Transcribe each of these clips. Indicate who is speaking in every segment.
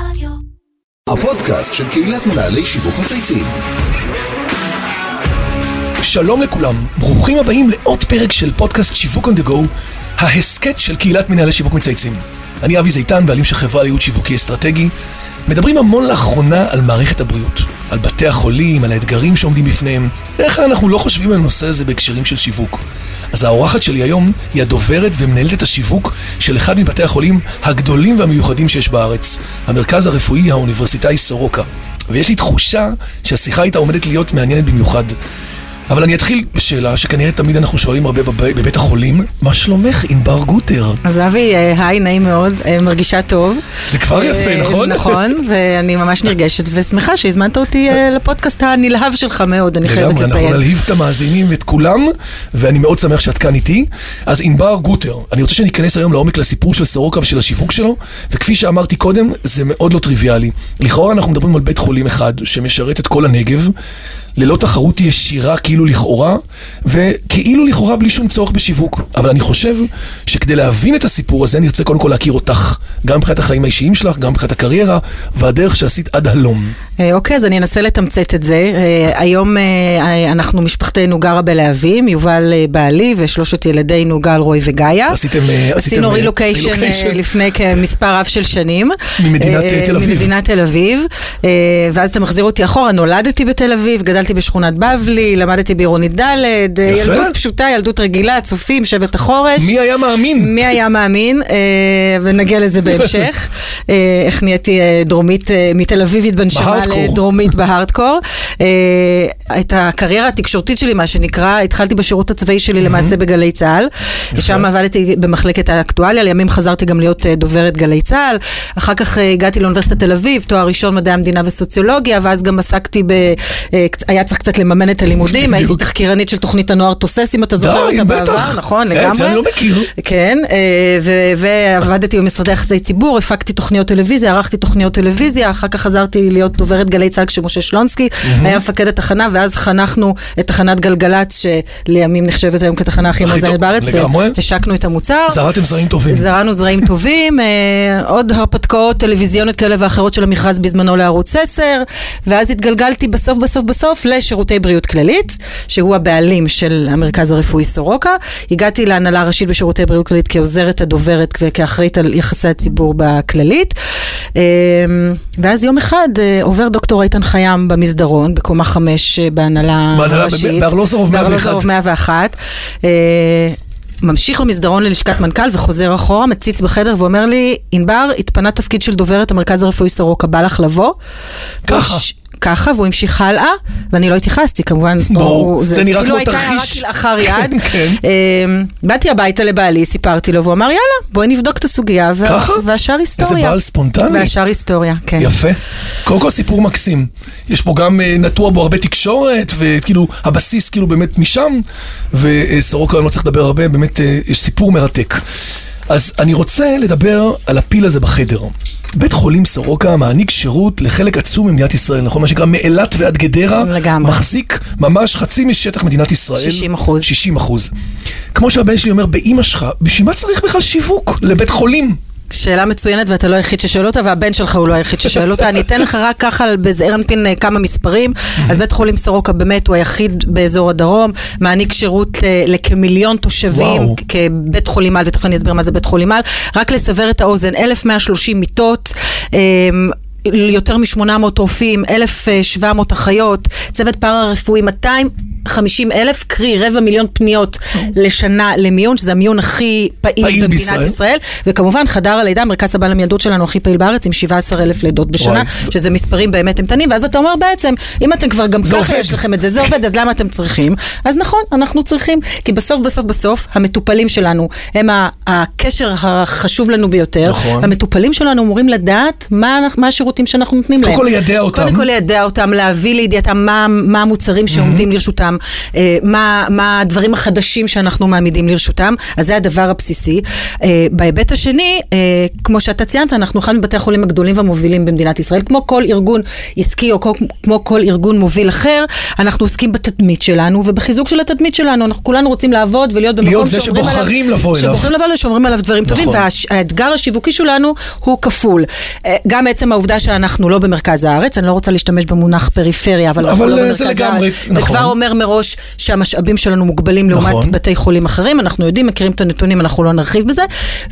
Speaker 1: רדיו.
Speaker 2: הפודקאסט של קהילת מנהלי שיווק מצייצים.
Speaker 3: שלום לכולם, ברוכים הבאים לעוד פרק של פודקאסט שיווק on the go, ההסכת של קהילת מנהלי שיווק מצייצים. אני אבי זיתן, בעלים של חברה לייעוד שיווקי אסטרטגי. מדברים המון לאחרונה על מערכת הבריאות, על בתי החולים, על האתגרים שעומדים בפניהם. בדרך כלל אנחנו לא חושבים על הנושא הזה בהקשרים של שיווק. אז האורחת שלי היום היא הדוברת ומנהלת את השיווק של אחד מבתי החולים הגדולים והמיוחדים שיש בארץ, המרכז הרפואי האוניברסיטאי סורוקה. ויש לי תחושה שהשיחה איתה עומדת להיות מעניינת במיוחד. אבל אני אתחיל בשאלה שכנראה תמיד אנחנו שואלים הרבה בב... בבית החולים, מה שלומך ענבר גוטר?
Speaker 4: אז אבי, אה, היי, נעים מאוד, אה, מרגישה טוב.
Speaker 3: זה כבר יפה,
Speaker 4: אה,
Speaker 3: נכון?
Speaker 4: נכון, ואני ממש נרגשת ושמחה שהזמנת אותי אה, לפודקאסט הנלהב שלך מאוד, אני חייבת
Speaker 3: לגמרי, אנחנו
Speaker 4: לציין.
Speaker 3: נלהיב את המאזינים ואת כולם, ואני מאוד שמח שאת כאן איתי. אז ענבר גוטר, אני רוצה שניכנס היום לעומק לסיפור של סורוקה ושל השיווק שלו, וכפי שאמרתי קודם, זה מאוד לא טריוויאלי. לכאורה אנחנו מדברים על בית חולים אחד שמשרת את כל הנגב, ללא תחרות ישירה כאילו לכאורה, וכאילו לכאורה בלי שום צורך בשיווק. אבל אני חושב שכדי להבין את הסיפור הזה, אני ארצה קודם כל להכיר אותך, גם מבחינת החיים האישיים שלך, גם מבחינת הקריירה, והדרך שעשית עד הלום.
Speaker 4: אה, אוקיי, אז אני אנסה לתמצת את זה. אה, היום אה, אה, אנחנו, משפחתנו גרה בלהבים, יובל אה, בעלי ושלושת ילדינו גל, רוי וגאיה.
Speaker 3: עשיתם... אה, עשיתם,
Speaker 4: עשינו
Speaker 3: אה,
Speaker 4: רילוקיישן
Speaker 3: relocation.
Speaker 4: לפני כמספר רב של שנים.
Speaker 3: ממדינת,
Speaker 4: אה,
Speaker 3: אה, תל אביב.
Speaker 4: ממדינת תל אביב. אה, ואז אתה מחזיר אותי אחורה, נולדתי בתל אביב, גדלתי בשכונת בבלי, למדתי בעירונית ד', אה,
Speaker 3: יפה.
Speaker 4: ילדות פשוטה, ילדות רגילה, צופים, שבט החורש.
Speaker 3: מי היה מאמין?
Speaker 4: מי היה מאמין, אה, ונגיע לזה בהמשך, אה, איך נהייתי אה, דרומית, אה, מתל אביבית בנשמה
Speaker 3: בהארדקור.
Speaker 4: לדרומית בהארדקור. אה, את הקריירה התקשורתית שלי, מה שנקרא, התחלתי בשירות הצבאי שלי למעשה בגלי צה"ל, ושם עבדתי במחלקת האקטואליה, לימים חזרתי גם להיות אה, דוברת גלי צה"ל, אחר כך אה, הגעתי לאוניברסיטת תל אביב, תואר ראשון מדעי המדינה וסוציולוגיה, ואז גם עסקתי ב... אה, קצ- היה צריך קצת לממן את הלימודים, הייתי
Speaker 3: בדיוק.
Speaker 4: תחקירנית של תוכנית הנוער תוסס, אם אתה זוכר
Speaker 3: די,
Speaker 4: אותה בעבר,
Speaker 3: בטח.
Speaker 4: נכון,
Speaker 3: אה,
Speaker 4: לגמרי.
Speaker 3: את זה אני לא מכיר.
Speaker 4: כן, אה, ו- ועבדתי במשרדי יחסי ציבור, הפקתי תוכניות טלוויזיה, ערכתי תוכניות טלוויזיה, אחר כך חזרתי להיות דוברת גלי צה"ל כשמשה שלונסקי היה מפקד התחנה, ואז חנכנו את תחנת גלגלצ, שלימים נחשבת היום כתחנה הכי
Speaker 3: הכי
Speaker 4: מאזנת
Speaker 3: טוב,
Speaker 4: בארץ,
Speaker 3: לגמרי.
Speaker 4: והשקנו את המוצר.
Speaker 3: זרעתם זרעים טובים.
Speaker 4: זרענו זרעים טובים, אה, עוד הרפתקאות טלוויזיוניות כאלה ואחרות של המכרז בזמנו לערוץ 10, ואז התגלגלתי בסוף בסוף בסוף לשירותי בריאות כללית, שהוא הבעלים של המרכז הרפואי סורוקה. הגעתי להנהלה הראשית בשירותי בריאות כללית כעוזרת הדוברת וכאחראית על יחסי הציבור בכללית. אה, ואז יום אחד אה, עובר דוקטור איתן חיים במסדרון, בקומה חמש אה, בהנהלה
Speaker 3: בהנהלה לא
Speaker 4: הראשית. לא
Speaker 3: בארלוזורוב 101.
Speaker 4: בארלוזורוב 101. אה, ממשיך במסדרון ללשכת מנכ"ל וחוזר אחורה, מציץ בחדר ואומר לי, ענבר, התפנה תפקיד של דוברת המרכז הרפואי סורוקה, בא לך לבוא?
Speaker 3: ככה.
Speaker 4: והוא ש- ככה, והוא המשיך הלאה, ואני לא התייחסתי, כמובן.
Speaker 3: ברור,
Speaker 4: הוא-
Speaker 3: זה נראה כמו
Speaker 4: כאילו
Speaker 3: תרחיש.
Speaker 4: הייתה רק כלאחר יד.
Speaker 3: כן.
Speaker 4: אה, באתי הביתה לבעלי, סיפרתי לו, והוא אמר, יאללה, בואי נבדוק את הסוגיה, וה-
Speaker 3: ככה?
Speaker 4: והשאר היסטוריה.
Speaker 3: בעל ספונטני.
Speaker 4: והשאר היסטוריה, כן.
Speaker 3: יפה. קודם כל סיפור מקסים. יש פה גם אה, נטוע בו הרבה תקשורת, וכאילו הבסיס כאילו באמת משם, וסורוקה אני לא צריך לדבר הרבה, באמת אה, יש סיפור מרתק. אז אני רוצה לדבר על הפיל הזה בחדר. בית חולים סורוקה מעניק שירות לחלק עצום ממדינת ישראל, נכון? מה שנקרא מאילת ועד גדרה.
Speaker 4: לגמרי.
Speaker 3: מחזיק ממש חצי משטח מדינת ישראל.
Speaker 4: 60%.
Speaker 3: 60 אחוז. כמו שהבן שלי אומר, באימא שלך, בשביל מה צריך בכלל שיווק לבית חולים?
Speaker 4: שאלה מצוינת ואתה לא היחיד ששואל אותה והבן שלך הוא לא היחיד ששואל אותה. אני אתן לך רק ככה על- בזעיר אנפין אה, כמה מספרים. אז בית חולים סורוקה באמת הוא היחיד באזור הדרום, מעניק שירות אה, לכמיליון תושבים
Speaker 3: וואו.
Speaker 4: כ- כבית חולים על, ותכף אני אסביר מה זה בית חולים על. רק לסבר את האוזן, 1,130 מיטות. אה, יותר מ-800 רופאים, 1,700 אחיות, צוות פארה-רפואי, 250 אלף, קרי רבע מיליון פניות לשנה למיון, שזה המיון הכי פעיל,
Speaker 3: פעיל
Speaker 4: במדינת
Speaker 3: בישראל.
Speaker 4: ישראל. ישראל, וכמובן חדר הלידה, מרכז הבעל המיילדות שלנו הכי פעיל בארץ, עם 17 אלף לידות בשנה,
Speaker 3: וואי.
Speaker 4: שזה מספרים באמת אימתניים, ואז אתה אומר בעצם, אם אתם כבר גם
Speaker 3: זה
Speaker 4: ככה
Speaker 3: עובד.
Speaker 4: יש לכם את זה, זה עובד, אז למה אתם צריכים? אז נכון, אנחנו צריכים, כי בסוף בסוף בסוף, המטופלים שלנו הם ה- הקשר החשוב לנו ביותר.
Speaker 3: נכון.
Speaker 4: המטופלים שלנו אמורים לדעת מה אנחנו- מה השירותים שאנחנו נותנים
Speaker 3: קודם
Speaker 4: להם.
Speaker 3: כל ליידע אותם. Mm-hmm.
Speaker 4: קודם כל ליידע אותם, להביא לידיעתם מה, מה המוצרים שעומדים לרשותם, אותם, אה, מה, מה הדברים החדשים שאנחנו מעמידים לרשותם, אז זה הדבר הבסיסי. אה, בהיבט השני, אה, כמו שאתה ציינת, אנחנו אחד מבתי החולים הגדולים והמובילים במדינת ישראל, כמו כל ארגון עסקי או כמו, כמו כל ארגון מוביל אחר, אנחנו עוסקים בתדמית שלנו ובחיזוק של התדמית שלנו, אנחנו כולנו רוצים לעבוד ולהיות במקום
Speaker 3: זה
Speaker 4: שאומרים
Speaker 3: שבוחרים
Speaker 4: עליו,
Speaker 3: לבוא אליו.
Speaker 4: שבוחרים לבוא אליו, שאומרים עליו דברים טובים,
Speaker 3: נכון.
Speaker 4: והאתגר השיווקי שלנו הוא כפול. אה, גם עצם העובדה שאנחנו לא במרכז הארץ, אני לא רוצה להשתמש במונח פריפריה, אבל אנחנו
Speaker 3: אבל,
Speaker 4: לא
Speaker 3: אה,
Speaker 4: במרכז
Speaker 3: זה
Speaker 4: הארץ.
Speaker 3: לגמרי,
Speaker 4: זה
Speaker 3: נכון.
Speaker 4: כבר אומר מראש שהמשאבים שלנו מוגבלים לעומת
Speaker 3: נכון.
Speaker 4: בתי חולים אחרים, אנחנו יודעים, מכירים את הנתונים, אנחנו לא נרחיב בזה.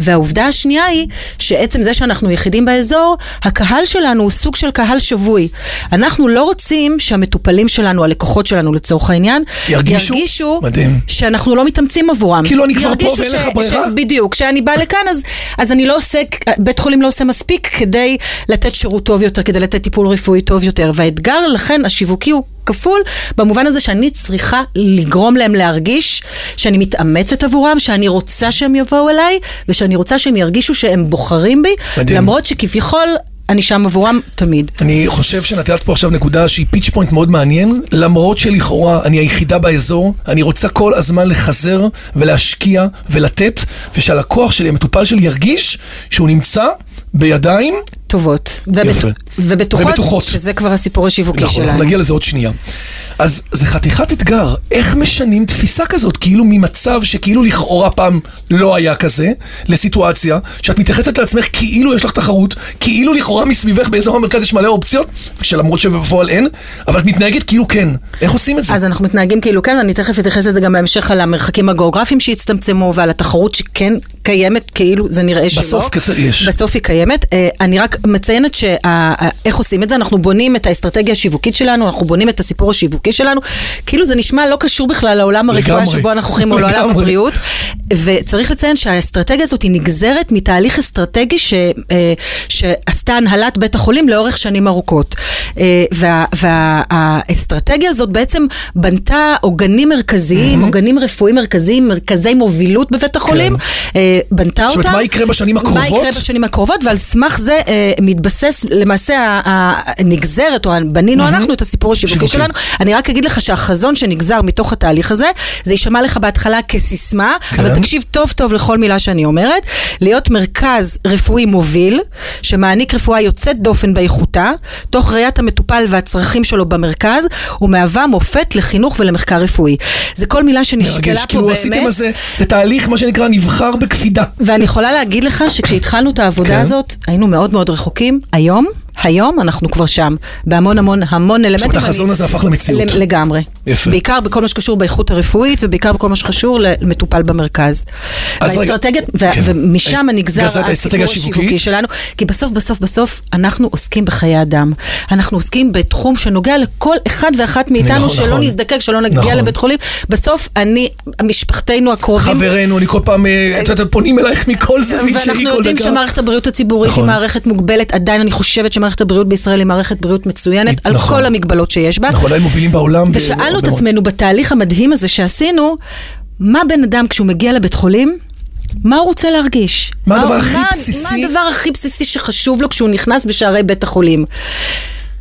Speaker 4: והעובדה השנייה היא, שעצם זה שאנחנו יחידים באזור, הקהל שלנו הוא סוג של קהל שבוי. אנחנו לא רוצים שהמטופלים שלנו, הלקוחות שלנו לצורך העניין,
Speaker 3: ירגישו?
Speaker 4: ירגישו
Speaker 3: מדהים.
Speaker 4: שאנחנו לא מתאמצים עבורם.
Speaker 3: כאילו, אני כבר פה
Speaker 4: ירגישו
Speaker 3: ואין
Speaker 4: ש-
Speaker 3: לך ברירה?
Speaker 4: ש- בדיוק, כשאני באה לכאן אז, אז אני לא עושה, בית חולים לא עושה מספיק כדי לתת שירות טוב יותר, כדי לתת טיפול רפואי טוב יותר, והאתגר לכן השיווקי הוא כפול, במובן הזה שאני צריכה לגרום להם להרגיש שאני מתאמצת עבורם, שאני רוצה שהם יבואו אליי, ושאני רוצה שהם ירגישו שהם בוחרים בי,
Speaker 3: מדהים.
Speaker 4: מדהים. למרות שכביכול אני שם עבורם תמיד.
Speaker 3: אני חושב שנטלת פה עכשיו נקודה שהיא פיץ' פוינט מאוד מעניין, למרות שלכאורה אני היחידה באזור, אני רוצה כל הזמן לחזר ולהשקיע ולתת, ושהלקוח שלי, המטופל שלי, ירגיש שהוא נמצא בידיים,
Speaker 4: טובות,
Speaker 3: יפה.
Speaker 4: ובט... ובטוחות,
Speaker 3: ובטוחות.
Speaker 4: שזה כבר הסיפור השיווקי
Speaker 3: נכון, אנחנו
Speaker 4: שלנו.
Speaker 3: נגיע לזה עוד שנייה. אז זה חתיכת אתגר, איך משנים תפיסה כזאת, כאילו ממצב שכאילו לכאורה פעם לא היה כזה, לסיטואציה שאת מתייחסת לעצמך כאילו יש לך תחרות, כאילו לכאורה מסביבך באזור המרכז יש מלא אופציות, שלמרות שבפועל אין, אבל את מתנהגת כאילו כן. איך עושים את זה?
Speaker 4: אז אנחנו מתנהגים כאילו כן, ואני תכף אתייחס לזה גם בהמשך על המרחקים הגיאוגרפיים שהצטמצמו ועל התחרות שכן קיימת, כאילו זה נראה שלא.
Speaker 3: בסוף קצר יש.
Speaker 4: בסוף היא קיימת. אה, אני רק מציינת שה- ה- איך עושים את זה, אנחנו בונים את האסטרטגיה השיווקית שלנו, אנחנו בונים את הסיפור השיווקי שלנו, כאילו זה נשמע לא קשור בכלל לעולם הרפואה
Speaker 3: לגמרי.
Speaker 4: שבו אנחנו חיים, או לעולם
Speaker 3: לגמרי.
Speaker 4: הבריאות. הבריאות, וצריך לציין שהאסטרטגיה הזאת היא נגזרת מתהליך אסטרטגי ש, אה, שעשתה הנהלת בית החולים לאורך שנים ארוכות. אה, וה- וה- והאסטרטגיה הזאת בעצם בנתה עוגנים מרכזיים, עוגנים רפואיים מרכזיים, מרכזי מובילות בבית החולים, אה, בנתה
Speaker 3: כן. זאת אומרת,
Speaker 4: אותם.
Speaker 3: מה יקרה בשנים
Speaker 4: מה יקרה
Speaker 3: הקרובות?
Speaker 4: בשנים הקרובות, ועל סמך זה אה, מתבסס למעשה ה- ה- הנגזרת, או בנינו אנחנו את הסיפור השיווקי
Speaker 3: שיווקי.
Speaker 4: שלנו. אני רק אגיד לך שהחזון שנגזר מתוך התהליך הזה, זה יישמע לך בהתחלה כסיסמה,
Speaker 3: כן.
Speaker 4: אבל תקשיב טוב טוב לכל מילה שאני אומרת, להיות מרכז רפואי מוביל, שמעניק רפואה יוצאת דופן באיכותה, תוך ראיית המטופל והצרכים שלו במרכז, ומהווה מופת לחינוך ולמחקר רפואי. זה כל מילה שנשקלה פה
Speaker 3: מרגש,
Speaker 4: באמת.
Speaker 3: כאילו עשיתם על זה, זה תהליך, מה שנקרא, נבחר בקפידה.
Speaker 4: ואני יכולה להגיד לך שכשהתחלנו את העבודה
Speaker 3: כן.
Speaker 4: כן. הזאת, היינו מאוד מאוד רחוקים. היום, היום אנחנו כבר שם, בהמון המון המון אלמנטים.
Speaker 3: זאת אומרת, החזון
Speaker 4: אני-
Speaker 3: הזה הפך למציאות.
Speaker 4: ל- לגמרי.
Speaker 3: יפה.
Speaker 4: בעיקר בכל מה שקשור באיכות הרפואית, ובעיקר בכל מה שקשור למטופל במרכז.
Speaker 3: אז רגע-
Speaker 4: והאסטרטגיה, ו-
Speaker 3: כן.
Speaker 4: ומשם
Speaker 3: אז
Speaker 4: נגזר
Speaker 3: גזרת
Speaker 4: הסיפור
Speaker 3: האסטרטגיה השיווקית.
Speaker 4: השיווקי שלנו, כי בסוף בסוף בסוף אנחנו עוסקים בחיי אדם. אנחנו עוסקים בתחום שנוגע לכל אחד ואחת מאיתנו,
Speaker 3: נכון,
Speaker 4: שלא
Speaker 3: נכון.
Speaker 4: נזדקק, שלא נגיע
Speaker 3: נכון.
Speaker 4: לבית חולים. בסוף אני, משפחתנו הקרובים,
Speaker 3: חברנו, אני כל פעם, אה, את יודעת, פונים אלייך מכל זווית שהיא כל דקה.
Speaker 4: ואנחנו יודעים שמערכת הבריאות הציבורית
Speaker 3: נכון.
Speaker 4: היא מערכת מוגבלת, עדיין אני חושבת שמערכת הבריאות בישראל היא מערכת בריאות מצוינת,
Speaker 3: היא-
Speaker 4: על
Speaker 3: נכון.
Speaker 4: כל המגבלות שיש בה.
Speaker 3: אנחנו עדיין נכון, מובילים בעולם. ב-
Speaker 4: ושאלנו את
Speaker 3: בהרבה מאוד-
Speaker 4: עצמנו בתהליך המדהים הזה שעשינו, מה בן אדם כשהוא מגיע לבית חולים, מה הוא רוצה להרגיש?
Speaker 3: מה הדבר הכי בסיסי?
Speaker 4: מה הדבר הכי בסיסי שחשוב לו כשהוא נכנס בשערי בית החולים?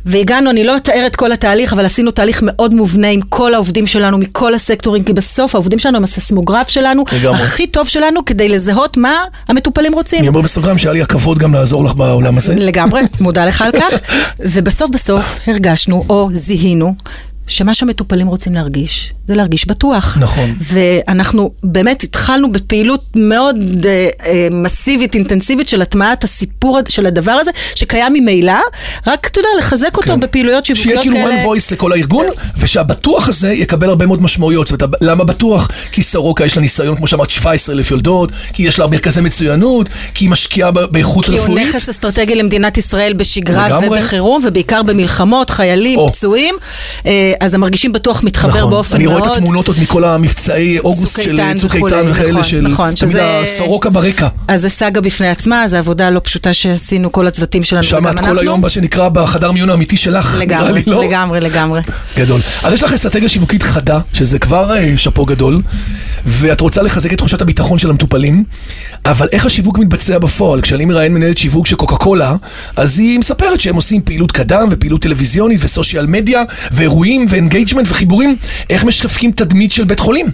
Speaker 4: והגענו, אני לא אתאר את כל התהליך, אבל עשינו תהליך מאוד מובנה עם כל העובדים שלנו, מכל הסקטורים, כי בסוף העובדים שלנו הם הססמוגרף שלנו,
Speaker 3: לגמרי.
Speaker 4: הכי טוב שלנו, כדי לזהות מה המטופלים רוצים.
Speaker 3: אני אומר בסוגריים שהיה לי הכבוד גם לעזור לך בעולם הזה.
Speaker 4: לגמרי, מודה לך על כך. ובסוף בסוף הרגשנו, או זיהינו, שמה שהמטופלים רוצים להרגיש, זה להרגיש בטוח.
Speaker 3: נכון.
Speaker 4: ואנחנו באמת התחלנו בפעילות מאוד אה, אה, מסיבית, אינטנסיבית של הטמעת הסיפור הד- של הדבר הזה, שקיים ממילא, רק, אתה יודע, לחזק אותו
Speaker 3: כן.
Speaker 4: בפעילויות
Speaker 3: שיהיה
Speaker 4: שיווקיות
Speaker 3: כאילו
Speaker 4: כאלה.
Speaker 3: one voice לכל הארגון, ושהבטוח הזה יקבל הרבה מאוד משמעויות. זאת אומרת, למה בטוח? כי סורוקה יש לה ניסיון, כמו שאמרת, 17 אלף יולדות, כי יש לה מרכזי מצוינות, כי היא משקיעה ב- באיכות
Speaker 4: כי הוא
Speaker 3: רפואית.
Speaker 4: נכס אסטרטגי למדינת ישראל בשגרה
Speaker 3: לגמרי.
Speaker 4: ובחירום, ובעיקר במלחמות, חיילים,
Speaker 3: או.
Speaker 4: פצועים. אה, אז הם מרגישים בטוח מתחבר
Speaker 3: נכון,
Speaker 4: באופן
Speaker 3: אני
Speaker 4: מאוד...
Speaker 3: רואה את התמונות עוד מכל המבצעי אוגוסט
Speaker 4: צוק
Speaker 3: של
Speaker 4: איתן
Speaker 3: צוק
Speaker 4: וכולי,
Speaker 3: איתן וכאלה,
Speaker 4: נכון,
Speaker 3: של
Speaker 4: נכון,
Speaker 3: תמיד
Speaker 4: שזה-
Speaker 3: הסורוקה ברקע.
Speaker 4: אז זה סאגה בפני עצמה, זו עבודה לא פשוטה שעשינו כל הצוותים שלנו.
Speaker 3: שם
Speaker 4: וגם
Speaker 3: את כל
Speaker 4: אנחנו.
Speaker 3: היום, מה שנקרא, בחדר מיון האמיתי שלך, נראה
Speaker 4: לגמרי,
Speaker 3: לי, לא?
Speaker 4: לגמרי, לגמרי.
Speaker 3: גדול. אז יש לך אסטרטגיה שיווקית חדה, שזה כבר אה, שאפו גדול, ואת רוצה לחזק את תחושת הביטחון של המטופלים, אבל איך השיווק מתבצע בפועל? כשאני מראיין מנהלת שיווק של קוקה קולה, אז היא מספרת שהם עושים פעילות קדם ופעילות טלוויזיונית וסושיאל מדיה ואירועים ואנגייג'מנט וחיבורים, איך משקפים תדמית של בית חולים?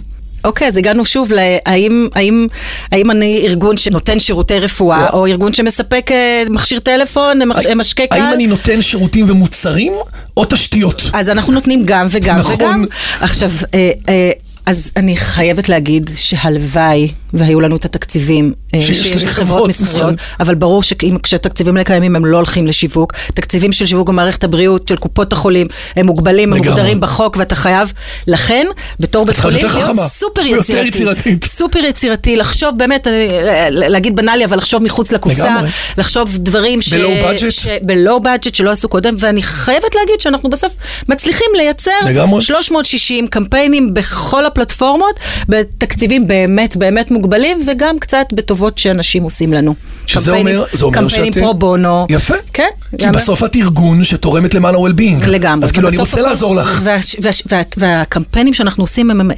Speaker 4: אוקיי, אז הגענו שוב להאם האם, האם אני ארגון שנותן שירותי רפואה,
Speaker 3: לא.
Speaker 4: או ארגון שמספק אה, מכשיר טלפון, מכשי- משקה קל.
Speaker 3: האם אני נותן שירותים ומוצרים או תשתיות?
Speaker 4: אז אנחנו נותנים גם וגם
Speaker 3: נכון.
Speaker 4: וגם. עכשיו, אה, אה, אז אני חייבת להגיד שהלוואי והיו לנו את התקציבים אה,
Speaker 3: שיש
Speaker 4: שיש
Speaker 3: לחברות
Speaker 4: לחברות מסחריות, אבל ברור שאם כשהתקציבים האלה קיימים הם לא הולכים לשיווק. תקציבים של שיווק במערכת הבריאות, של קופות החולים, הם מוגבלים, הם
Speaker 3: לגמרי.
Speaker 4: מוגדרים בחוק ואתה חייב. לכן, בתור בית
Speaker 3: צריכה להיות
Speaker 4: חולים,
Speaker 3: יותר
Speaker 4: להיות
Speaker 3: חכמה,
Speaker 4: סופר
Speaker 3: ויותר
Speaker 4: יצירתי.
Speaker 3: יצירתית.
Speaker 4: סופר יצירתי, לחשוב באמת, אה, להגיד בנאלי, אבל לחשוב מחוץ לקופסה,
Speaker 3: לגמרי.
Speaker 4: לחשוב דברים ש...
Speaker 3: ב-low budget?
Speaker 4: ש- בלואו בדג'ט שלא עשו קודם, ואני חייבת להגיד שאנחנו בסוף מצליחים לייצר
Speaker 3: לגמרי.
Speaker 4: 360 קמפיינים בכל הפלטפורמות, בתקציבים באמת באמת מוגבלים, וגם קצת בטובות שאנשים עושים לנו.
Speaker 3: שזה
Speaker 4: קמפיינים-
Speaker 3: אומר, זה אומר
Speaker 4: קמפיינים
Speaker 3: שאתם-
Speaker 4: פרו בונו.
Speaker 3: יפה.
Speaker 4: כן.
Speaker 3: כי
Speaker 4: גם-
Speaker 3: בסוף את ארגון שתורמת למען ה-well-being.
Speaker 4: לגמרי.
Speaker 3: אז כאילו, אני
Speaker 4: ובסוף
Speaker 3: רוצה
Speaker 4: הכל-
Speaker 3: לעזור לך.
Speaker 4: והש- והש- וה- והקמפיינים שאנחנו עושים הם אה,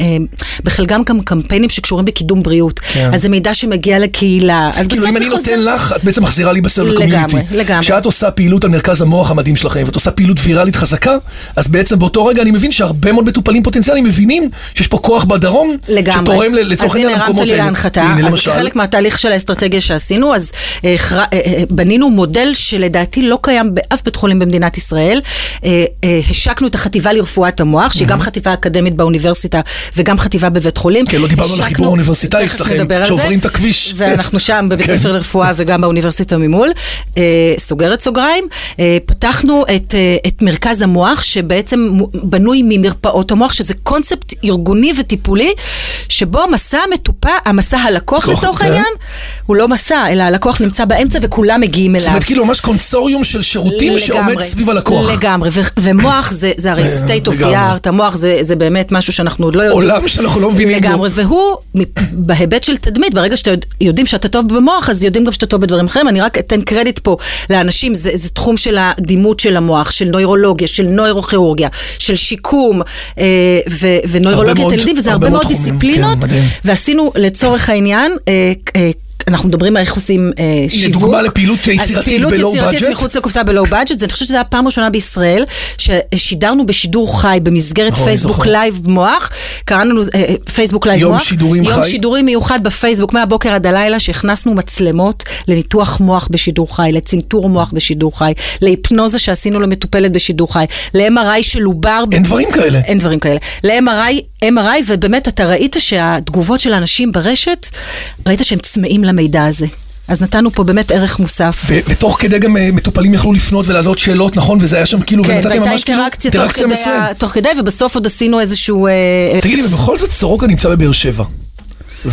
Speaker 4: בחלקם גם קמפיינים שקשורים בקידום בריאות.
Speaker 3: כן.
Speaker 4: אז זה מידע שמגיע לקהילה. אז
Speaker 3: כאילו,
Speaker 4: בסוף
Speaker 3: אם
Speaker 4: זה
Speaker 3: אני
Speaker 4: חוזר-
Speaker 3: נותן לך, את בעצם מחזירה לי בסלולר קומיוניטי.
Speaker 4: לגמרי, לגמרי.
Speaker 3: כשאת עושה פעילות על מרכז המוח המדהים שלכם, ואת עושה פעילות ויראלית חזקה, אז בעצם באותו רגע אני מבין שהרבה מאוד מטופלים פוטנציאליים מבינים שיש פה כוח בדרום,
Speaker 4: לגמרי.
Speaker 3: שתורם ל- לצורך העניין למקומות
Speaker 4: אז הנה,
Speaker 3: האלה.
Speaker 4: הרמת לי
Speaker 3: הנה,
Speaker 4: להנחתה. אז
Speaker 3: למשל.
Speaker 4: כחלק מהתהליך של האסטרטגיה שעשינו, אז אה, חר- אה, אה, בנינו מודל שלדעתי לא קיים באף בית חולים במדינת ישראל. אה, אה, השקנו את החטיבה לרפואת המוח, שהיא גם חטיבה אקדמית באוניברסיטה וגם חטיבה בבית חולים.
Speaker 3: Mm-hmm. כן, לא דיברנו על
Speaker 4: השקנו-
Speaker 3: החיבור האוניברסיטאי
Speaker 4: תכף
Speaker 3: אצלכם,
Speaker 4: נדבר על זה.
Speaker 3: שעוברים את הכביש.
Speaker 4: ואנחנו שם בבית
Speaker 3: כן.
Speaker 4: ספר לרפואה וגם באוניברסיטה ממול, אה, סוגרת סוגריים, אה, פתחנו את, אה, את מרכז המוח, שבעצם מו- בנוי ממרפאות המוח, שזה קונספט ארגוני וטיפולי, שבו מסע המטופא, המסע הלקוח
Speaker 3: לקוח,
Speaker 4: לצורך
Speaker 3: כן.
Speaker 4: העניין, הוא לא מסע, אלא הלקוח נמצא באמצע וכולם מגיעים אליו.
Speaker 3: זאת אומרת, כאילו ממש קונסוריום של שירותים שעומד
Speaker 4: לגמרי,
Speaker 3: סביב הלקוח.
Speaker 4: לגמרי, ו- ומוח זה, זה הרי
Speaker 3: אה,
Speaker 4: state of the
Speaker 3: לגמרי.
Speaker 4: art, המוח זה, זה באמת משהו שאנחנו עוד לא יודעים.
Speaker 3: עולם שאנחנו לא מבינים בו.
Speaker 4: לגמרי, והוא, מפ- בהיבט של תדמית, ברגע שאתם יודעים שאתה טוב במוח, אז יודעים גם שאתה טוב בדברים אחרים. אני רק אתן קרדיט פה לאנשים, זה, זה תחום של הדימות של המוח, של נוירולוגיה, של נוירוכירורגיה, של שיקום, אה, ו, ונוירולוגיית
Speaker 3: מאוד-
Speaker 4: הילדים, וזה
Speaker 3: הרבה
Speaker 4: הרבה מאוד
Speaker 3: מאוד תחומים,
Speaker 4: דיסציפלינות.
Speaker 3: כן, מדהים.
Speaker 4: ועשינו לצורך העניין, אה, אה, אנחנו מדברים על איך עושים אה, שיווק.
Speaker 3: דוגמה לפעילות
Speaker 4: אז
Speaker 3: יצירתית
Speaker 4: פעילות
Speaker 3: ב-low
Speaker 4: יצירתית
Speaker 3: budget?
Speaker 4: מחוץ לקופסה בלואו בדג'ט, זה- אני חושבת שזו הייתה הפעם הראשונה בישראל ששידרנו בשידור חי במסגרת
Speaker 3: נכון, אני
Speaker 4: פייסבוק
Speaker 3: זוכר.
Speaker 4: לייב מוח, קראנו לזה אה, פייסבוק לייב
Speaker 3: יום
Speaker 4: מוח.
Speaker 3: שידורים
Speaker 4: יום
Speaker 3: חי.
Speaker 4: שידורי מיוחד בפייסבוק מהבוקר עד הלילה, שהכנסנו מצלמות לניתוח מוח בשידור חי, לצנתור מוח בשידור חי, להיפנוזה שעשינו למטופלת בשידור חי, ל-MRI של עובר.
Speaker 3: אין דברים כאלה.
Speaker 4: אין דברים כאלה. ל-MRI, MRI, ובאמת אתה ראית שהתגובות של האנשים ברשת, ראית שהם צמאים למידע הזה. אז נתנו פה באמת ערך מוסף.
Speaker 3: ו- ותוך כדי גם אה, מטופלים יכלו לפנות ולהעלות שאלות, נכון? וזה היה שם כאילו,
Speaker 4: כן,
Speaker 3: ונתתם
Speaker 4: והייתה
Speaker 3: ממש כאילו
Speaker 4: אינטראקציה תוך כדי,
Speaker 3: מסוימת.
Speaker 4: ה- תוך כדי, ובסוף עוד עשינו איזשהו... אה,
Speaker 3: תגידי, ובכל זאת סורוקה נמצא בבאר שבע.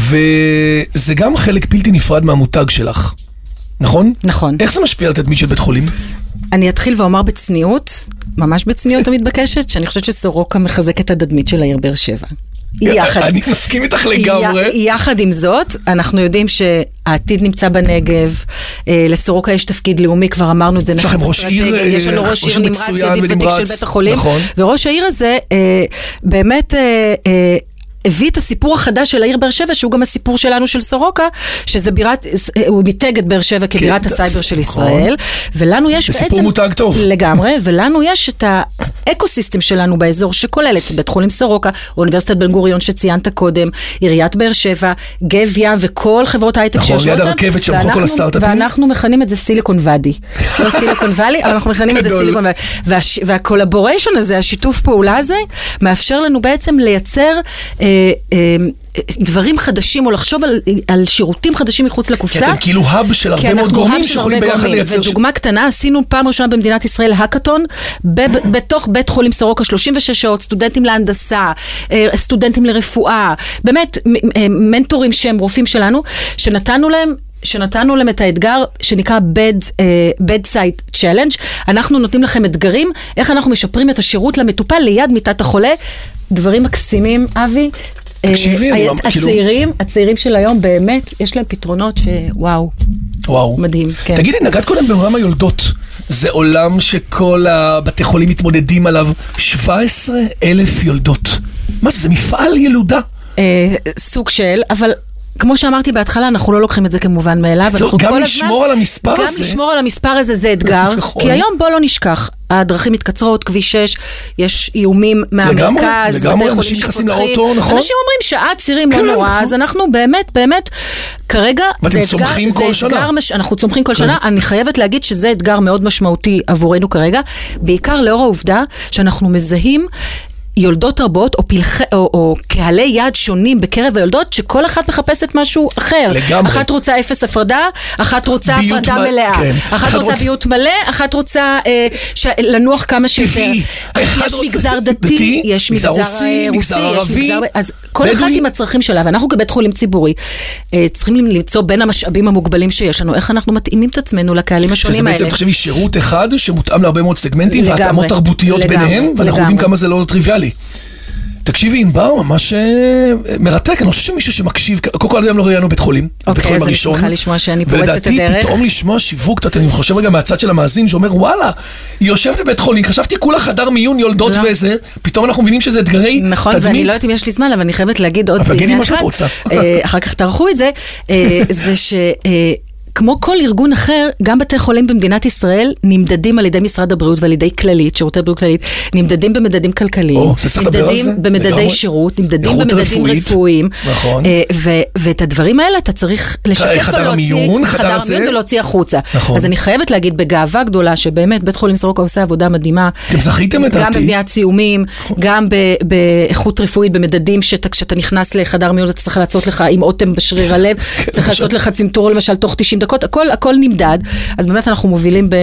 Speaker 3: וזה גם חלק בלתי נפרד מהמותג שלך, נכון?
Speaker 4: נכון.
Speaker 3: איך זה משפיע על תדמית של בית חולים?
Speaker 4: אני אתחיל ואומר בצניעות, ממש בצניעות המתבקשת, שאני חושבת שסורוקה מחזקת את התדמית של העיר באר שבע. יחד.
Speaker 3: אני מסכים איתך לגמרי.
Speaker 4: י- יחד עם זאת, אנחנו יודעים שהעתיד נמצא בנגב, אה, לסורוקה יש תפקיד לאומי, כבר אמרנו את זה,
Speaker 3: יש לכם ראש עיר, אה,
Speaker 4: יש לנו
Speaker 3: ראש
Speaker 4: ראש עיר
Speaker 3: עיר
Speaker 4: נמרץ,
Speaker 3: מצוין
Speaker 4: ידיד ותיק של
Speaker 3: ונמרץ,
Speaker 4: בית החולים,
Speaker 3: נכון.
Speaker 4: וראש העיר הזה אה, באמת... אה, אה, הביא את הסיפור החדש של העיר באר שבע, שהוא גם הסיפור שלנו של סורוקה, שזה בירת, אה, הוא מיתג את באר שבע כבירת
Speaker 3: זה-
Speaker 4: הסייבר של
Speaker 3: כן, נכון.
Speaker 4: ישראל, ולנו יש
Speaker 3: זה
Speaker 4: בעצם...
Speaker 3: סיפור מותג טוב.
Speaker 4: לגמרי, ולנו יש את האקו-סיסטם שלנו באזור, שכולל את בית חולים סורוקה, אוניברסיטת בן גוריון שציינת קודם, עיריית באר שבע, גביה וכל חברות ההייטק
Speaker 3: נכון,
Speaker 4: שיושבות
Speaker 3: ליד
Speaker 4: שם.
Speaker 3: הרכבת שם,
Speaker 4: ואנחנו-
Speaker 3: כל הסטארט-אפים.
Speaker 4: ואנחנו מכנים את זה סיליקון ואדי. לא סיליקון ואלי, אבל אנחנו מכנים את זה
Speaker 3: גדול.
Speaker 4: סיליקון ואלי. והש- והקולבוריישן הזה, השיתוף פעולה הזה, מאפשר לנו בעצם לייצר... אה, אה, דברים חדשים, או לחשוב על, על שירותים חדשים מחוץ לקופסה.
Speaker 3: כי אתם כאילו האב של הרבה מאוד
Speaker 4: אנחנו
Speaker 3: גורמים
Speaker 4: hub של
Speaker 3: שיכולים
Speaker 4: הרבה
Speaker 3: ביחד
Speaker 4: גורמים.
Speaker 3: לייצר... ש-
Speaker 4: ודוגמה קטנה, עשינו פעם ראשונה במדינת ישראל האקתון,
Speaker 3: Mm-hmm.
Speaker 4: ב- בתוך בית חולים סורוקה 36 שעות, סטודנטים להנדסה, אה, סטודנטים לרפואה, באמת מ- אה, מנטורים שהם רופאים שלנו, שנתנו להם... שנתנו להם את האתגר שנקרא bed, אה, bedside challenge. אנחנו נותנים לכם אתגרים, איך אנחנו משפרים את השירות למטופל ליד מיטת החולה. דברים מקסימים, אבי. אה,
Speaker 3: תקשיבי, אני ממש- כאילו-
Speaker 4: הצעירים, הצעירים של היום באמת, יש להם פתרונות שוואו.
Speaker 3: וואו.
Speaker 4: מדהים, כן.
Speaker 3: תגידי, נגעת קודם בעולם היולדות. זה עולם שכל הבתי חולים מתמודדים עליו. 17 אלף יולדות. מה זה, זה מפעל ילודה.
Speaker 4: אה, סוג של, אבל... כמו שאמרתי בהתחלה, אנחנו לא לוקחים את זה כמובן מאליו.
Speaker 3: זהו,
Speaker 4: אנחנו
Speaker 3: גם
Speaker 4: כל הזמן-
Speaker 3: לשמור על המספר
Speaker 4: גם
Speaker 3: הזה.
Speaker 4: לשמור על המספר הזה זה אתגר.
Speaker 3: נכון.
Speaker 4: כי היום בוא לא נשכח, הדרכים מתקצרות, כביש 6, יש איומים מהמרכז,
Speaker 3: לגמרי,
Speaker 4: בתי חולים
Speaker 3: אנשים נכנסים
Speaker 4: שפותחים.
Speaker 3: לאוטו, נכון?
Speaker 4: אנשים אומרים שעה צירים
Speaker 3: כן,
Speaker 4: לא נורא,
Speaker 3: נכון.
Speaker 4: אז אנחנו באמת, באמת, כרגע
Speaker 3: ואתם
Speaker 4: זה אתגר,
Speaker 3: צומחים
Speaker 4: זה
Speaker 3: כל
Speaker 4: אתגר
Speaker 3: שנה.
Speaker 4: מש... אנחנו צומחים
Speaker 3: כן.
Speaker 4: כל שנה, אני חייבת להגיד שזה אתגר מאוד משמעותי עבורנו כרגע, בעיקר לאור העובדה שאנחנו מזהים... יולדות רבות או, פלח... או, או קהלי יעד שונים בקרב היולדות שכל אחת מחפשת משהו אחר.
Speaker 3: לגמרי.
Speaker 4: אחת רוצה אפס הפרדה, אחת רוצה
Speaker 3: ביות
Speaker 4: הפרדה
Speaker 3: מלא,
Speaker 4: מלאה.
Speaker 3: כן.
Speaker 4: אחת
Speaker 3: אחת
Speaker 4: רוצה
Speaker 3: רוצה-
Speaker 4: ביות מלא, אחת רוצה אה, ש... לנוח כמה שיותר.
Speaker 3: טבעי. אחד
Speaker 4: יש
Speaker 3: רוצה-
Speaker 4: מגזר דתי, יש מגזר אה, רוסי,
Speaker 3: מגזר
Speaker 4: יש
Speaker 3: ערבי,
Speaker 4: מגזר... אז כל אחת
Speaker 3: בדואי.
Speaker 4: עם הצרכים שלה, ואנחנו כבית חולים ציבורי, אה, צריכים למצוא בין המשאבים המוגבלים שיש לנו, איך אנחנו מתאימים את עצמנו לקהלים
Speaker 3: שזה
Speaker 4: השונים האלה.
Speaker 3: בעצם, תחשבי, שירות אחד שמותאם להרבה מאוד סגמנטים,
Speaker 4: לגמרי,
Speaker 3: והתאמות תרבותיות
Speaker 4: לגמרי,
Speaker 3: ביניהם, ואנחנו
Speaker 4: לגמרי.
Speaker 3: יודעים כמה זה לא טריוויאלי. תקשיבי, ענבר, ממש אה, מרתק, אני חושב שמישהו שמקשיב, קודם כל עד היום לא ראיינו בית חולים, בית חולים
Speaker 4: אוקיי, אז אני
Speaker 3: הראשון.
Speaker 4: שמחה לשמוע שאני פורצת את
Speaker 3: ולדעתי,
Speaker 4: הדרך.
Speaker 3: פתאום לשמוע שיווק, קצת, אני חושב רגע מהצד של המאזין, שאומר, וואלה, היא יושבת בבית חולים, חשבתי כולה חדר מיון יולדות
Speaker 4: לא.
Speaker 3: וזה, פתאום אנחנו מבינים שזה אתגרי
Speaker 4: נכון, ואני
Speaker 3: תדמית.
Speaker 4: לא יודעת אם יש לי זמן, אבל אני חייבת להגיד עוד
Speaker 3: אבל תגידי
Speaker 4: בעניין
Speaker 3: מה שאת
Speaker 4: אחד,
Speaker 3: רוצה.
Speaker 4: אה, אחר כך תערכו את זה, אה, זה ש... אה, כמו כל ארגון אחר, גם בתי חולים במדינת ישראל נמדדים על ידי משרד הבריאות ועל ידי כללית, שירותי בריאות כללית, נמדדים במדדים כלכליים,
Speaker 3: או, זה צריך לדבר על
Speaker 4: נמדדים
Speaker 3: זה?
Speaker 4: במדדי
Speaker 3: לגמרי.
Speaker 4: שירות, נמדדים
Speaker 3: איכות
Speaker 4: במדדים
Speaker 3: רפואית.
Speaker 4: רפואיים,
Speaker 3: נכון. אה,
Speaker 4: אה, ו- ואת הדברים האלה אתה צריך לשקף
Speaker 3: חדר
Speaker 4: ולהוציא,
Speaker 3: המיון, חדר
Speaker 4: חדר
Speaker 3: הזה.
Speaker 4: המיון ולהוציא החוצה.
Speaker 3: נכון.
Speaker 4: אז אני חייבת להגיד בגאווה גדולה, שבאמת בית חולים סורוקה עושה עבודה מדהימה.
Speaker 3: אתם זכיתם
Speaker 4: גם
Speaker 3: לדעתי. נכון.
Speaker 4: במניעת סיומים, גם ב- באיכות רפואית, במדדים שאתה, כשאתה נכנס לחדר מיון אתה צריך לעשות לך עם אוטם בשריר הלב,
Speaker 3: כן,
Speaker 4: צריך לעשות לך צנתור למשל תוך 90 דקות, הכל, הכל נמדד. אז באמת אנחנו מובילים ב-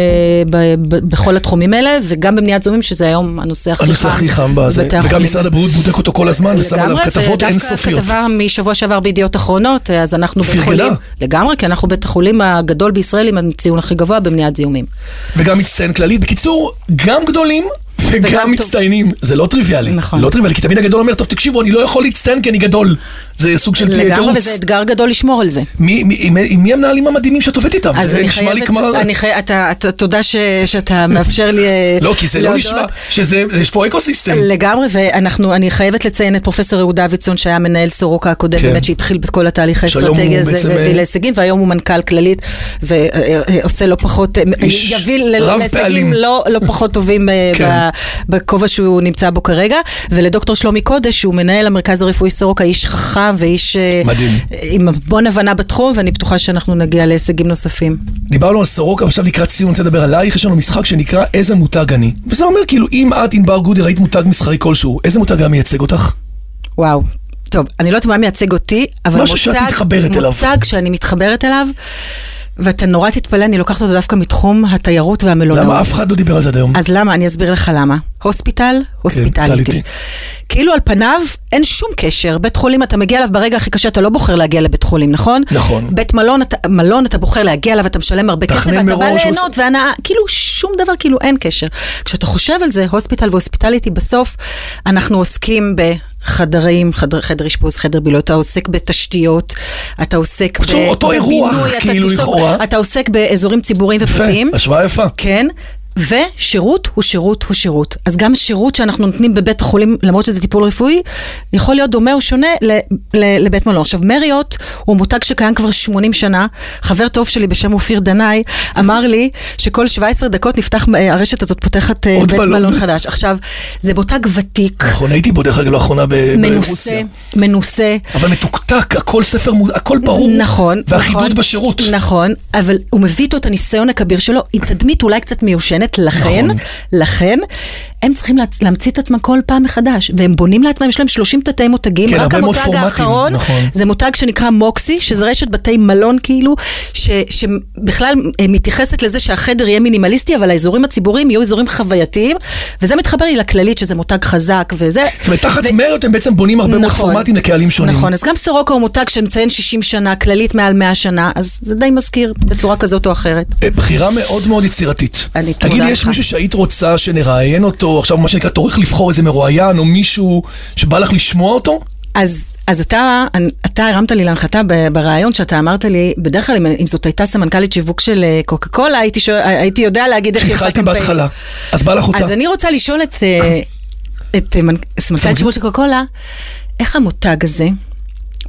Speaker 4: ב- ב- בכל התחומים האלה, וגם במניעת זיהומים, שזה היום הנושא הכי חם.
Speaker 3: הנושא הכי חם בזה,
Speaker 4: בבתי
Speaker 3: וגם
Speaker 4: החולים.
Speaker 3: משרד הבריאות בודק אותו כל הזמן, ושם עליו
Speaker 4: לגמרי,
Speaker 3: כתבות אינסופיות.
Speaker 4: ודווקא כתבה משבוע שעבר בידיעות אחרונות, אז אנחנו בית
Speaker 3: פרגנה.
Speaker 4: חולים, לגמרי, כי אנחנו בית החולים הגדול בישראל עם הציון הכי גבוה במניעת זיהומים.
Speaker 3: וגם מצטיין כללי. בקיצור, גם גדולים וגם
Speaker 4: וגם טוב.
Speaker 3: מצטיינים. זה לא טריוויאלי.
Speaker 4: נכון.
Speaker 3: לא טריוויאלי, כי תמיד הגדול אומר, טוב, תקשיבו, אני לא יכול להצטיין כי אני גדול. זה סוג של
Speaker 4: לגמרי,
Speaker 3: תירוץ.
Speaker 4: וזה אתגר גדול לשמור על זה.
Speaker 3: מי- מי- עם- עם מי המנהלים המדהימים שאת עובדת איתם?
Speaker 4: אז
Speaker 3: זה
Speaker 4: אני
Speaker 3: נשמע לי
Speaker 4: חייבת,
Speaker 3: כמו-
Speaker 4: אני חי... אתה, אתה, תודה ש, שאתה מאפשר לי אה,
Speaker 3: לא, כי זה לא
Speaker 4: להודות.
Speaker 3: נשמע, שזה, יש פה אקו-סיסטם.
Speaker 4: לגמרי, ואנחנו, אני חייבת לציין את פרופסור יהוד דוידסון, שהיה מנהל סורוקה הקודם,
Speaker 3: כן.
Speaker 4: באמת שהתחיל את כל התהליך
Speaker 3: שהיום
Speaker 4: האסטרטגי
Speaker 3: הוא
Speaker 4: הזה,
Speaker 3: בעצם,
Speaker 4: והביא
Speaker 3: אה,
Speaker 4: להישגים, והיום הוא מנכ"ל כללית, ועושה לא פחות, אה,
Speaker 3: איש
Speaker 4: יביא ל-
Speaker 3: רב פעלים.
Speaker 4: להישגים לא, לא פחות טובים אה,
Speaker 3: כן.
Speaker 4: ב- בכובע שהוא נמצא בו כרגע, ולדוקטור שלומי קודש, שהוא מנהל המרכז הרפואי סורוקה, איש חכם ואיש... אה,
Speaker 3: מדהים.
Speaker 4: עם המון הבנה בתחום, ואני בטוחה שאנחנו נגיע להישגים נוספים.
Speaker 3: דיברנו על סורוקה, ועכשיו לקראת סיום, אני רוצה לדבר עלייך, יש לנו משחק שנקרא איזה מותג אני. וזה אומר, כאילו, אם את, ענבר גודי, ראית מותג מסחרי כלשהו, איזה מותג היה מייצג אותך?
Speaker 4: וואו. טוב, אני לא יודעת מה מייצג אותי, אבל
Speaker 3: משהו שאת
Speaker 4: מותג,
Speaker 3: מתחברת אליו.
Speaker 4: מותג שאני מתחברת אליו, ואתה נורא תתפלא, אני לוקחת אותו דווקא מתחום התיירות והמלונאות.
Speaker 3: למה אף אחד לא דיבר על זה עד היום? כן,
Speaker 4: אז למה? אני אסביר לך למה. הוספיטל,
Speaker 3: טליטי.
Speaker 4: הוספיטליטי. כאילו על פניו אין שום קשר. בית חולים, אתה מגיע אליו ברגע הכי קשה, אתה לא בוחר להגיע לבית חולים, נכון?
Speaker 3: נכון.
Speaker 4: בית מלון, אתה, מלון, אתה בוחר להגיע אליו, אתה משלם הרבה כסף,
Speaker 3: תכנן
Speaker 4: ואתה בא
Speaker 3: מראש,
Speaker 4: ליהנות
Speaker 3: עושה-
Speaker 4: והנאה. כאילו שום דבר, כאילו אין קשר. כשאתה חושב על זה, הוספיטל והוספיטליטי, בסוף אנחנו עוסקים ב... חדרים, חדר, חדר אשפוז, חדר בילוי, אתה עוסק בתשתיות, אתה עוסק
Speaker 3: בקיצור, אותו אירוח,
Speaker 4: בבינוי, אתה
Speaker 3: כאילו,
Speaker 4: עוסק-
Speaker 3: לכאורה.
Speaker 4: אתה עוסק באזורים ציבוריים
Speaker 3: יפה,
Speaker 4: ופרטיים.
Speaker 3: השוואה יפה.
Speaker 4: כן, ושירות הוא שירות הוא שירות. אז גם שירות שאנחנו נותנים בבית החולים, למרות שזה טיפול רפואי, יכול להיות דומה או שונה ל, ל, לבית מלון. עכשיו, מריוט הוא מותג שקיים כבר 80 שנה. חבר טוב שלי בשם אופיר דנאי אמר לי שכל 17 דקות נפתח, אה, הרשת הזאת פותחת אה,
Speaker 3: עוד
Speaker 4: בית
Speaker 3: מלון.
Speaker 4: מלון. חדש. עכשיו, זה מותג ותיק,
Speaker 3: נכון, הייתי בו דרך אגב לאחרונה ב- ברוסיה.
Speaker 4: מנוסה, מנוסה.
Speaker 3: אבל מתוקתק, הכל ספר, מו- הכל ברור.
Speaker 4: נכון,
Speaker 3: והחידוד
Speaker 4: נכון,
Speaker 3: בשירות.
Speaker 4: נכון, אבל הוא מביא איתו את הניסיון הכביר שלו, עם תדמית אולי קצת מיושנת, לכן,
Speaker 3: נכון.
Speaker 4: לכן, הם צריכים לה- להמציא את עצמם כל פעם מחדש, והם בונים לעצמם, יש להם 30 תתי מותגים,
Speaker 3: כן,
Speaker 4: רק
Speaker 3: הרבה מאוד
Speaker 4: המותג
Speaker 3: פורמטים,
Speaker 4: האחרון,
Speaker 3: נכון.
Speaker 4: זה מותג שנקרא מוקסי, שזה רשת בתי מלון כאילו, ש, שבכלל אה, מתייחסת לזה שהחדר יהיה מינימליסטי, אבל האזורים הציבוריים יהיו אזורים חווייתיים, וזה מתחבר לי לכללית, שזה מותג חזק וזה.
Speaker 3: זאת אומרת, תחת מריות הם בעצם בונים הרבה מאוד פורמטים לקהלים שונים.
Speaker 4: נכון, אז גם סורוקה הוא מותג שמציין 60 שנה, כללית מעל 100 שנה, אז זה די מזכיר בצורה כזאת או אחרת.
Speaker 3: אה, בחירה מאוד מאוד יצירתית.
Speaker 4: אני
Speaker 3: תגידי,
Speaker 4: מודה
Speaker 3: יש
Speaker 4: לך.
Speaker 3: מישהו שהיית רוצה שנראיין אותו, עכשיו מה שנקרא, טורח לבחור איזה מרואיין, או מישהו שבא לך לשמוע אותו?
Speaker 4: אז, אז אתה, אתה הרמת לי להנחתה ב- ברעיון שאתה אמרת לי, בדרך כלל אם, אם זאת הייתה סמנכ"לית שיווק של אה, קוקה קולה, הייתי, שואל- אה, הייתי יודע להגיד איך היא עושה
Speaker 3: שהתחלתי
Speaker 4: קמפיין.
Speaker 3: בהתחלה. אז בא לך אותה.
Speaker 4: אז אני רוצה לשאול את, אה, את אה, מנ- סמנכ"לית שיווק של קוקה קולה, איך המותג הזה,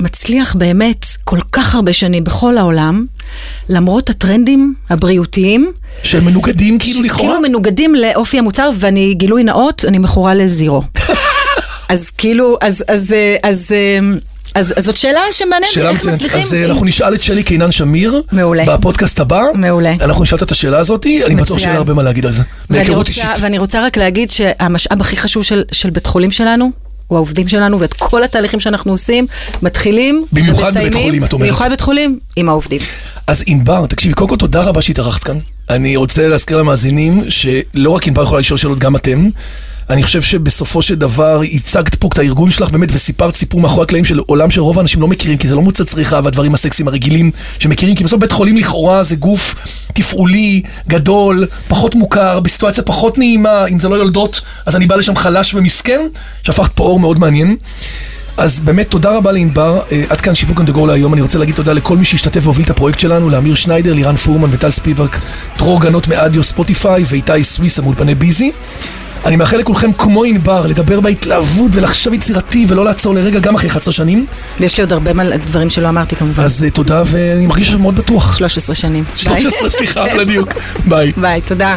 Speaker 4: מצליח באמת כל כך הרבה שנים בכל העולם, למרות הטרנדים הבריאותיים,
Speaker 3: של מנוגדים כאילו לכאורה?
Speaker 4: כאילו מנוגדים לאופי המוצר, ואני, גילוי נאות, אני מכורה לזירו. אז כאילו, אז, אז, אה, אז, אה, אז, אז זאת שאלה שמעניינת,
Speaker 3: שאלה
Speaker 4: איך
Speaker 3: מצוינת.
Speaker 4: מצליחים...
Speaker 3: אז אה, אנחנו נשאל את שלי קינן שמיר.
Speaker 4: מעולה.
Speaker 3: בפודקאסט הבא.
Speaker 4: מעולה.
Speaker 3: אנחנו נשאל אותה את השאלה הזאת, אני בטוח
Speaker 4: מצוין.
Speaker 3: שיהיה לה הרבה מה להגיד על זה.
Speaker 4: ואני
Speaker 3: מהיכרות
Speaker 4: רוצה,
Speaker 3: אישית.
Speaker 4: ואני רוצה רק להגיד שהמשאב הכי חשוב של, של בית חולים שלנו, הוא העובדים שלנו, ואת כל התהליכים שאנחנו עושים, מתחילים,
Speaker 3: במיוחד בבית
Speaker 4: ומסיימים,
Speaker 3: חולים, את אומרת.
Speaker 4: במיוחד בית חולים, עם העובדים.
Speaker 3: אז ענבר, תקשיבי, קודם כל תודה רבה שהתארחת כאן. אני רוצה להזכיר למאזינים שלא רק ענבר יכולה לשאול שאלות, גם אתם. אני חושב שבסופו של דבר הצגת פה את הארגון שלך באמת וסיפרת סיפור מאחורי הקלעים של עולם שרוב האנשים לא מכירים כי זה לא מוצא צריכה והדברים הסקסיים הרגילים שמכירים כי בסוף בית חולים לכאורה זה גוף תפעולי, גדול, פחות מוכר, בסיטואציה פחות נעימה, אם זה לא יולדות אז אני בא לשם חלש ומסכן, שהפכת פה אור מאוד מעניין. אז באמת תודה רבה לענבר, אה, עד כאן שיווק אנדגור להיום, אני רוצה להגיד תודה לכל מי שהשתתף והוביל את הפרויקט שלנו, לאמיר שניידר, לירן פורמן וטל ספיבק, דרור גנות מאדיו ספוטיפיי ואיתי סוויסה מאולפני ביזי. אני מאחל לכולכם כמו ענבר, לדבר בהתלהבות ולחשב יצירתי ולא לעצור לרגע גם אחרי 11 שנים,
Speaker 4: ויש לי עוד הרבה מה- דברים שלא אמרתי כמובן.
Speaker 3: אז אה, תודה ואני מרגיש מאוד בטוח.
Speaker 4: 13 שנים. ביי.
Speaker 3: 13, סליחה, על הדיוק. ביי.
Speaker 4: ביי, תודה.